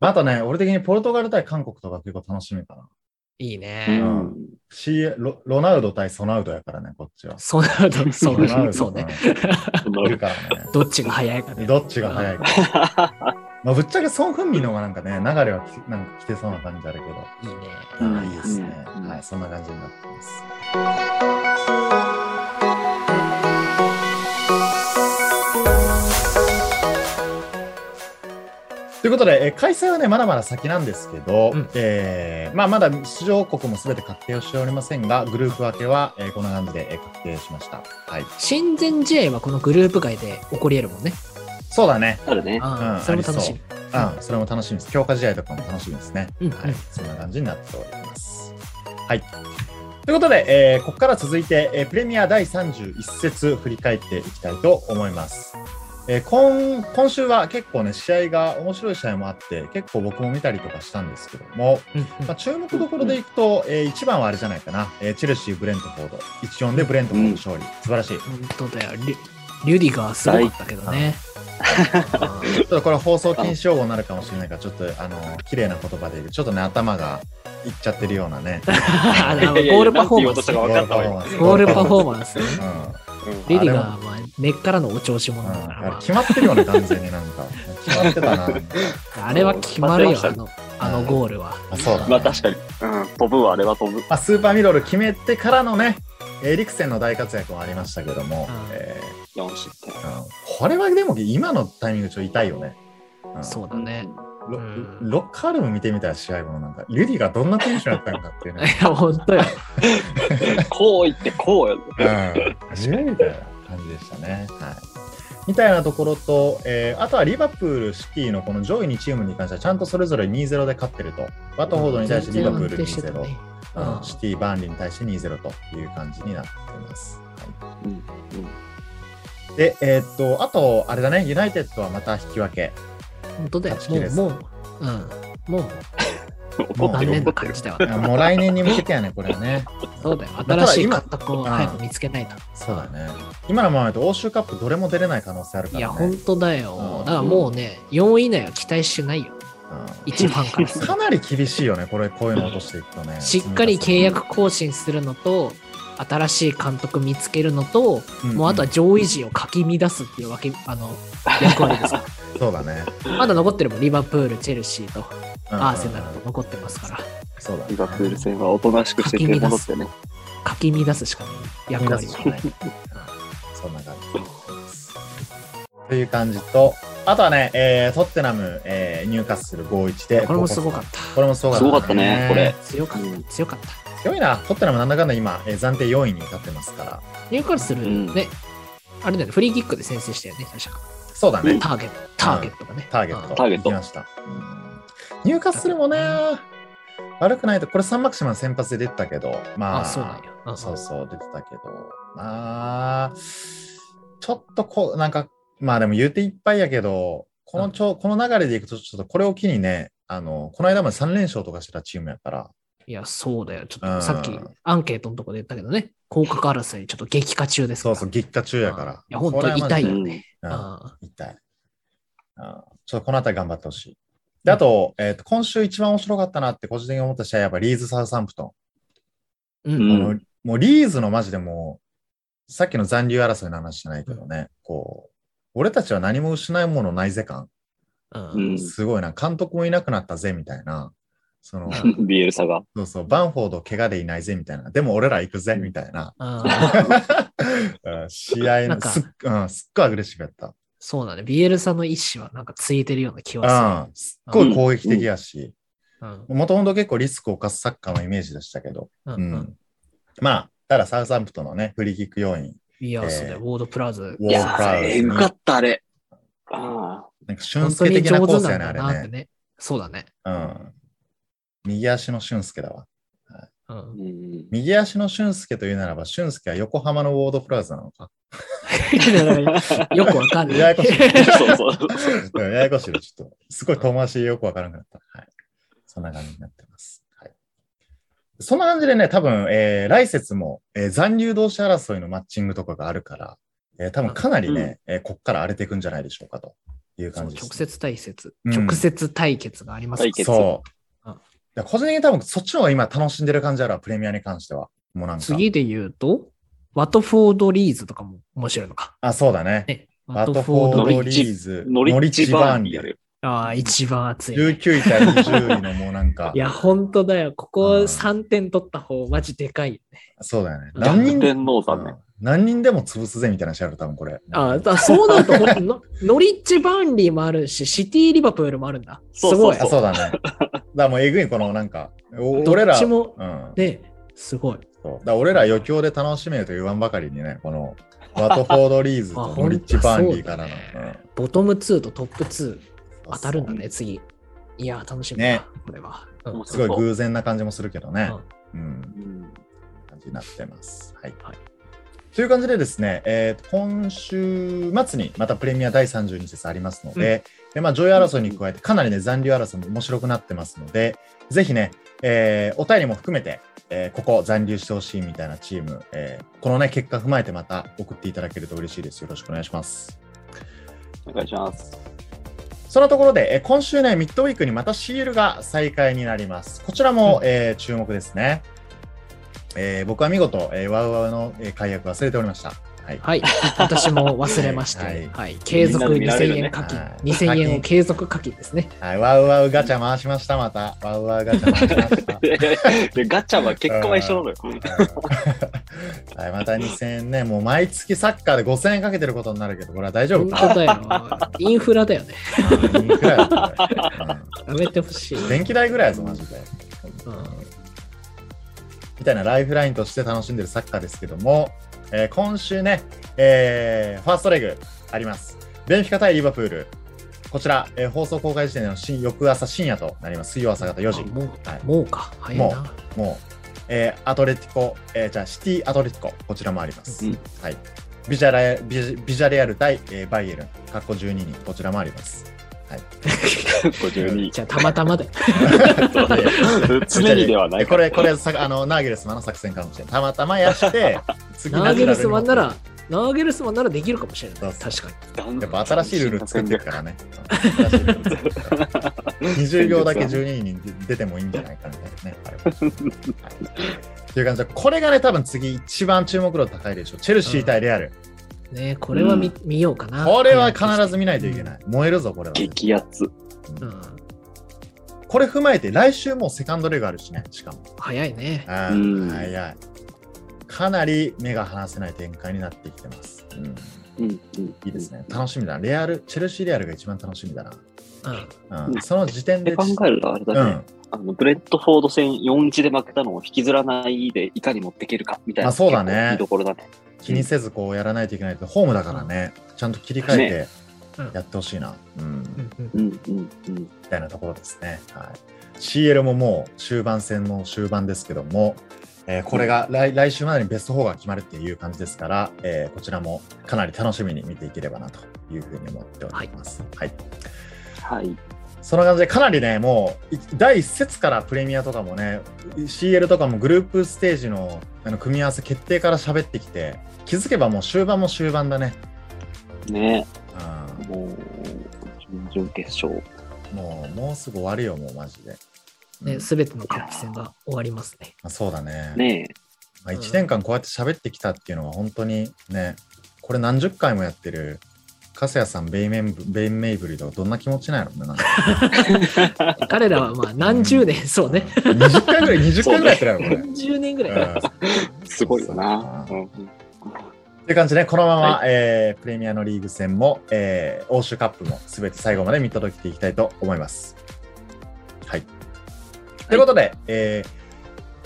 S2: まああとね、俺的にポルトガル対韓国とか結構楽しみかな。
S3: いいうね。
S1: ん。
S2: C ロ、ロナウド対ソナウドやからね、こっちは。
S3: そうなると、そう
S2: ロナウド
S3: そうね。。
S1: そ
S2: いる
S1: う
S2: からね。
S3: どっちが早いかね。
S2: どっちが早いか。 まあ、ぶっちゃけソン・フンミンの方がなんかね、流れはきなんか来てそうな感じあるけど、
S3: いいね。
S1: うん
S2: ああいいですね、
S1: うん
S2: はい、そんな感じになってます。ということで、えー開催はね、まだまだ先なんですけど、
S3: うん
S2: えーまあ、まだ出場国もすべて確定をしておりませんが、グループ分けは、えーこんな感じで、えー確定しました。はい。
S3: 親善試合はこのグループ外で起こり得るもんね。
S2: そうだね。
S1: あるね。
S3: あ
S2: うん
S3: ーそれも楽しみ。
S2: うん、それも楽しみです。強化試合とかも楽しみですね。
S3: うん
S2: はい、そんな感じになっております。はい。ということで、えーここから続いて、えープレミア第31節振り返っていきたいと思います。えー今今週は結構ね、試合が、面白い試合もあって、結構僕も見たりとかしたんですけども、
S3: うんうん
S2: まあ、注目どころでいくと、え1番はあれじゃないかな、えーチェルシー、ブレントフォード、1-4でブレントフォード勝利、素晴らしい。
S3: 本当だよ。リュリュディガーすごかったけどね。あー
S2: ちょっとこれ放送禁止用語になるかもしれないから、ちょっとあの綺麗な言葉で言うと、ちょっとね、頭がいっちゃってるよう なね、
S3: あ
S1: いやいやいや
S3: のゴールパフォーマン
S1: なんて
S3: ス
S1: 言
S3: ね。
S1: おうとしたか分かった
S2: ゴ
S1: わ。
S3: ゴールパフォ
S2: マン
S3: ーマンスね。
S2: ス。うん
S1: うん
S3: リュディガーはまあ根っからのお調子者だから、
S2: あれ
S3: ま
S2: 決まってるよね、完全になんか。決 まってたな。
S3: あ、あれは決まるよ、
S1: 決ま
S3: あ
S1: って
S3: のあのゴールは。
S2: あそうだね
S1: まあ確かに。うん。飛ぶわ、あれは飛ぶ。
S2: まあ、スーパーミドル決めてからのね、エリクセンの大活躍もありましたけども、
S3: うん
S2: え
S1: 4失点。
S2: ーうんこれはでも今のタイミングちょっと痛いよね。うん
S3: そうだね。
S2: ロ
S3: うん
S2: ロッカールーム見てみたら試合後のなんか、リュディがどんなテンションだったのかっていう
S3: い
S2: ね、
S3: や、本当よ。
S1: こう言ってこうよ。
S2: うん、試合みたいな感じでしたね。はいみたいなところと、えーあとはリバプール、シティのこの上位2チームに関しては、ちゃんとそれぞれ2-0で勝ってると、ワトフォードに対してリバプール
S3: 全然安定してた
S2: 2-0、
S3: ね
S2: うん
S3: うん
S2: シティ、バーンリーに対して2-0という感じになってます。は
S1: うんうん
S2: い、で、えーっと、あと、あれだね、ユナイテッドはまた引き分け。
S3: 本当だよ
S2: 勝ち切れ。ず
S3: もう、もう、うん。もう
S1: 怒って
S3: 残
S1: る
S3: 念
S1: 怒
S3: な
S1: って
S3: 感
S1: る。
S3: じだよ
S2: い。やもう来年に向けてやね、これはね。
S3: そうだよ。
S2: た
S3: 新
S2: だ
S3: しい
S2: 今
S3: 監督を早く見つけないと。
S2: そうだね。今のままだと欧州カップどれも出れない可能性あるか
S3: いや、
S2: らね
S3: 本。当だ
S2: う
S3: よだ
S2: ん。
S3: からもうね、4位以内は期待してないよ。一ファンからす
S2: うん
S3: る
S2: かなり厳しいよね、これ、こういうの落としていくとね。
S3: しっかり契約更新するのと、新しい監督見つけるのと、
S2: んん
S3: もうあとは上位陣をかき乱すっていうわけ、あの、役割ですか
S2: そうだね。
S3: ら。まだ残ってるもん、リバプール、チェルシーと
S2: うん
S3: アーセナルと残ってますから、
S2: そうだね。
S1: リバプール戦はおとなしくしてて戻ってね。
S3: かき乱すしかない役
S2: 踏み出
S3: 割
S2: す
S3: は
S2: し。かない。うんそんな感じでございます。という感じと、あとはね、えートッテナム、えー、入荷する5-1で。
S3: これもすごかっ
S2: これもすごかった、
S1: すごかったねこれ
S3: た。強かった。強かった。
S2: 強いな。トッテナムなんだかんだ今、えー暫定4位に立ってますから。
S3: ニューカッスル
S1: うん
S3: ね、あれだよね、フリーキックで先制したよね、確か。
S2: そうだね。
S3: ターゲット、ターゲットがね。
S2: ターゲット。
S1: ターゲット
S2: 行きました。うん入荷するもね、悪くないと、これ三幕島の先発で出てたけど、
S3: あ
S2: まあ、
S3: あ、そうなんや。あ
S2: そうそう、出てたけど、まあ、ちょっとこう、なんか、まあでも言うていっぱいやけど、このちょ、この流れでいくと、ちょっとこれを機にね、あの、この間まで3連勝とかしてたチームやから、
S3: いや、そうだよ。ちょ
S2: う
S3: っ
S2: ん
S3: とさっきアンケートのとこで言ったけどね、降格争い、ちょっと激化中ですか
S2: そう
S3: ら。
S2: そう、激化中やから。
S3: うんいや本当に痛いよ
S2: こ
S1: うん
S2: れはマジで
S3: あ
S2: うん痛い。あちょっとこの辺り頑張ってほしい。で、あと、えっ、と、今週一番面白かったなって個人的に思った試合、やっぱリーズ・サウサンプトン。
S3: う。
S1: うん
S2: あのもうリーズのマジでもう、さっきの残留争いの話じゃないけどね、こう、俺たちは何も失うものないぜ感、
S3: う。
S1: うんん。
S2: すごいな、監督もいなくなったぜみたいな、その、
S1: ビエルサが。
S2: そうそう、バンフォード怪我でいないぜみたいな、でも俺ら行くぜみたいな、
S3: あー
S2: うん試合
S3: な
S2: の
S3: んか
S2: すっ,、うん、すっごいアグレッシブやった。
S3: そうだね。BL さんの意思はなんかついてるような気は
S2: うん、すっごい攻撃的やし、
S3: する。うん
S2: もともと結構リスクを犯すサッカーのイメージでしたけど、
S3: う
S2: うん
S3: うん
S2: んまあ、ただサウサンプトンのね、フリーキック要因、
S3: いや、そうだよ。ウォードプラズ。
S2: ウォー
S1: い
S2: ド
S1: や
S2: プラ
S1: ー、
S2: ズ
S1: えぐかった、あれ。あ
S2: なんか、俊
S3: 本当
S2: 介
S3: に
S2: 的な
S3: 上
S2: コー
S3: 手
S2: ス
S3: な
S2: や
S3: ん
S2: ね、あ
S3: だ
S2: れ
S3: なって
S2: ね。
S3: ね。そうだね。
S2: うん。右足の俊介だわ。
S3: う。
S1: あ。うんん。
S2: 右足の俊介というならば、俊介は横浜のウォードプラザなのか。
S3: よくわかんない。
S2: ややこしい
S1: そうそう。
S2: うんややこしいのちょっと、すごい遠回しでよくわからなくなった。はい。そんな感じになってます。はい。そんな感じでね、多分、えー来節も、えー残留同士争いのマッチングとかがあるから、えー多分かなりね、えーこっから荒れていくんじゃないでしょうかという
S3: そう
S2: 感じです、
S3: 直接対決、
S2: うん
S3: 直接対決があります
S1: 対決
S2: そう。
S3: うん
S2: だから個人的に多分そっちの方が今楽しんでる感じあるわ、プレミアに関しては。もうなんか。
S3: 次で言うと、ワトフォード・リーズとかも面白いのか。
S2: あ、そうだね。
S3: ね、
S2: バトフォード・
S1: ノ
S2: リ
S1: リッチ
S2: ーズ、
S1: ノリッチバーンに
S2: ノ
S1: や
S2: リッ
S1: る。
S3: ああ、一番熱
S2: チ
S3: い
S2: バーン
S3: ね、
S2: 19位対20位のもうなんか
S3: い、や、本当だよ。ここ
S2: うん
S3: 3点取った方、マジでかいよね。
S2: そうだよね。
S1: 逆
S2: 何人
S1: 転ノーザン
S2: う
S1: ね
S2: ん。何人でも潰すぜみたいな話ある、多分これ。
S3: ああ、だそうなると、ほんとの ノリッチ・バーンリーもあるし、シティ・リバプールもあるんだ。す
S1: そうそ
S3: ご
S1: う
S3: い
S1: そ
S2: あ。そうだね。だからもうえぐい、このなんか、お俺
S3: ど
S2: ら、
S3: っち
S2: うん、
S3: も、
S2: そう
S3: ね、すごい。
S2: だから俺ら余興で楽しめると言わんばかりにね、この、ワトフォード・リーズ
S3: あ
S2: と
S3: ほん
S2: ノリッチ・バーンリーからの、
S3: そうだねボトム2とトップ2
S2: うん
S3: 当たるんだね、次。いや、楽しみだ、
S2: ね
S3: これは。うん
S1: 面白
S2: すごい偶然な感じもするけどね。うん。
S1: うん
S2: 感じになってます。はい。
S3: はい
S2: という感じでですね、えー今週末にまたプレミア第32節ありますので、でまあ、上位争いに加えて、かなりね、残留争いも面白くなってますので、ぜひね、えーお便りも含めて、えーここ残留してほしいみたいなチーム、えーこのね、結果踏まえてまた送っていただけると嬉しいです。よろしくお願いします。
S1: お願いします。
S2: そのところで、えー今週ね、ミッドウィークにまたシールが再開になります。こちらも、
S3: うん
S2: えー注目ですね。えー僕は見事、えーワウワウの、えー解約忘れておりました。はい。
S3: はい、私も忘れまして、
S2: は
S3: はいい継続
S1: みんなで見
S3: 2000円
S1: られるね
S3: 課金、
S2: はい
S3: 2000円を継続課金ですね。
S2: はい、ワウワウガチャ回しました、また。ワウワウガチャ回し ました。
S1: でガチャは結果は一緒なのよ。
S2: うんはい、また2000円ね、もう毎月サッカーで5000円かけてることになるけど、これは大丈
S3: 本
S2: 夫
S3: 当
S2: か
S3: だよ。インフラだよね。
S2: うんいくらやこれうん
S3: やめてほしい。
S2: 電気代ぐらいやぞ、マジで。
S3: うん
S2: みたいなライフラインとして楽しんでるサッカーですけども、えー今週ね、えーファーストレグあります。ベンフィカ対リバプール。こちら、えー放送公開時点での新翌朝深夜となります。水曜朝方4時
S3: あ。もう、
S2: はい
S3: もうか。早いな。
S2: もう、えーアトレティコ、えーじゃあシティアトレティコ、こちらもあります。
S1: うん
S2: はい、ビジャレビジビジャレアル対、えーバイエルン、カッコ12人、こちらもあります。
S1: 52。
S3: じゃあ、たまたまで。
S1: 常にではない
S2: こ
S1: から
S2: れ、これ、さあのナーゲルスマンの作戦かもしれない。たまたま やして、次
S3: ナーゲルスマンな
S2: ナ
S3: ら、ナーゲルスマンならできるかもしれない。
S2: そう
S3: 確
S2: そう
S3: かに。
S2: ジュラルにもやっぱ新しいルール作ってるから ね。新しいルール作ってるから20秒だけ12人出てもいいんじゃないかみたいなね。あれははいという感じで、これがね、多分次一番注目度高いでしょう。チェルシー対レアル。
S3: ね、これは見,、
S1: う
S3: 見ようかな。
S2: これは必ず見ないといけない。燃えるぞ、これは。
S1: 激アツ。
S3: うん。
S2: これ踏まえて、来週もうセカンドレグあるしね、しかも。
S3: 早いね。
S2: あ
S1: うん
S2: ー早い。かなり目が離せない展開になってきてます。うん
S1: うんうん
S2: いいですね。楽しみだな。レアル、チェルシーレアルが一番楽しみだ
S3: うん。
S2: な。う
S1: う
S2: ん、
S1: ん
S2: その時点
S1: で
S2: で、
S1: 考えるとあれだ
S2: う
S1: ね、
S2: ん。
S1: あのブレッドフォード戦4一で負けたのを引きずらないでいかに持っていけるかみたいな。
S2: あそうだね
S1: 結構いいところだね。
S2: 気にせずこうやらないといけないけど、ホームだからね、ちゃんと切り替えて
S3: ね
S2: やってほしいな。うん。
S3: う
S2: み
S3: んうん
S1: うんうんうん。
S2: たいなところですね。はい。CL ももう終盤戦の終盤ですけども、えーこれが来来週までにベスト4が決まるっていう感じですから、えーこちらもかなり楽しみに見ていければなというふうに思っております。はい
S1: はい。
S2: その感じでかなりね、もうい第1節からプレミアとかもね、CL とかもグループステージのあの組み合わせ決定から喋ってきて、気づけばもう終盤も終盤だね。
S1: ね
S2: う
S1: もう、準々決勝。
S2: ん、もうもうすぐ終わるよ、もうマジで。うん
S3: ね、すべてのカップ戦が終わりますね。
S2: まあ、そうだね。
S1: ね
S2: まあ、1年間こうやって喋ってきたっていうのは本当にね、これ何十回もやってる、粕谷さん、ベイメンブベイメイブリーとかどんな気持ちなんやろうね。なんか
S3: 彼らはまあ何十年、そうね。
S2: 20回ぐらい、20回ぐらいやってるやろ、これ。
S3: 何十年ぐらい。
S2: うん
S1: え、すごいよな。
S2: そううんという感じで、このまま、えープレミアのリーグ戦も、えー欧州カップもすべて最後まで見届けていきたいと思います。はい。ということで、え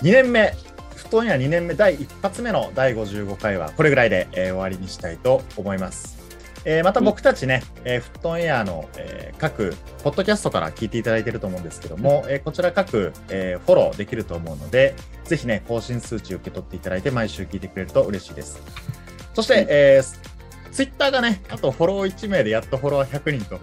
S2: 2年目、フットオンエア2年目第1発目の第55回はこれぐらいで、えー終わりにしたいと思います。えーまた僕たちね、えーフットオンエアの、えー各ポッドキャストから聞いていただいていると思うんですけども、えーこちら各、えーフォローできると思うので、ぜひね、更新数値を受け取っていただいて、毎週聞いてくれると嬉しいです。そし
S1: う
S2: て
S1: ん、
S2: えー、ツイッターがね、あとフォロー1名でやっとフォロワー100人と。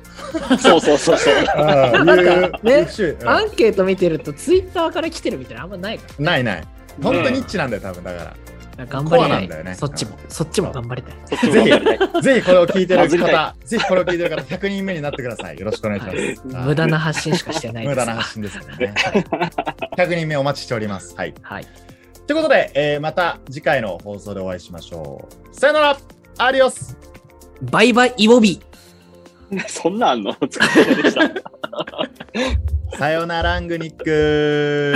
S1: そうそう そうそう。
S2: あー
S3: なんかね
S2: いう週うん
S3: アンケート見てると、ツイッターから来てるみたいなのあんまないか
S2: ないない。本当にニッチなんだよ、多分だから。
S3: ら。頑張り
S2: コア
S3: た。
S2: ないんだよね
S3: そっちも、そっちも頑張りたい。
S1: そっちも頑張りたい。
S2: ぜひこれを聞いてる
S1: バズり
S2: 方
S1: た、
S2: ぜひこれを聞いてる方、100人目になってください。よろしくお願いします。
S3: はい無駄な発信しかしてないで
S2: 無
S3: すが。
S2: 駄な発信ですからね。100人目お待ちしております。はい。
S3: はい。
S2: ということで、えーまた次回の放送でお会いしましょう。さよならアディオス
S3: バイバイイボビー。
S1: そんなんあんの 使ってました。
S2: さよならアングニック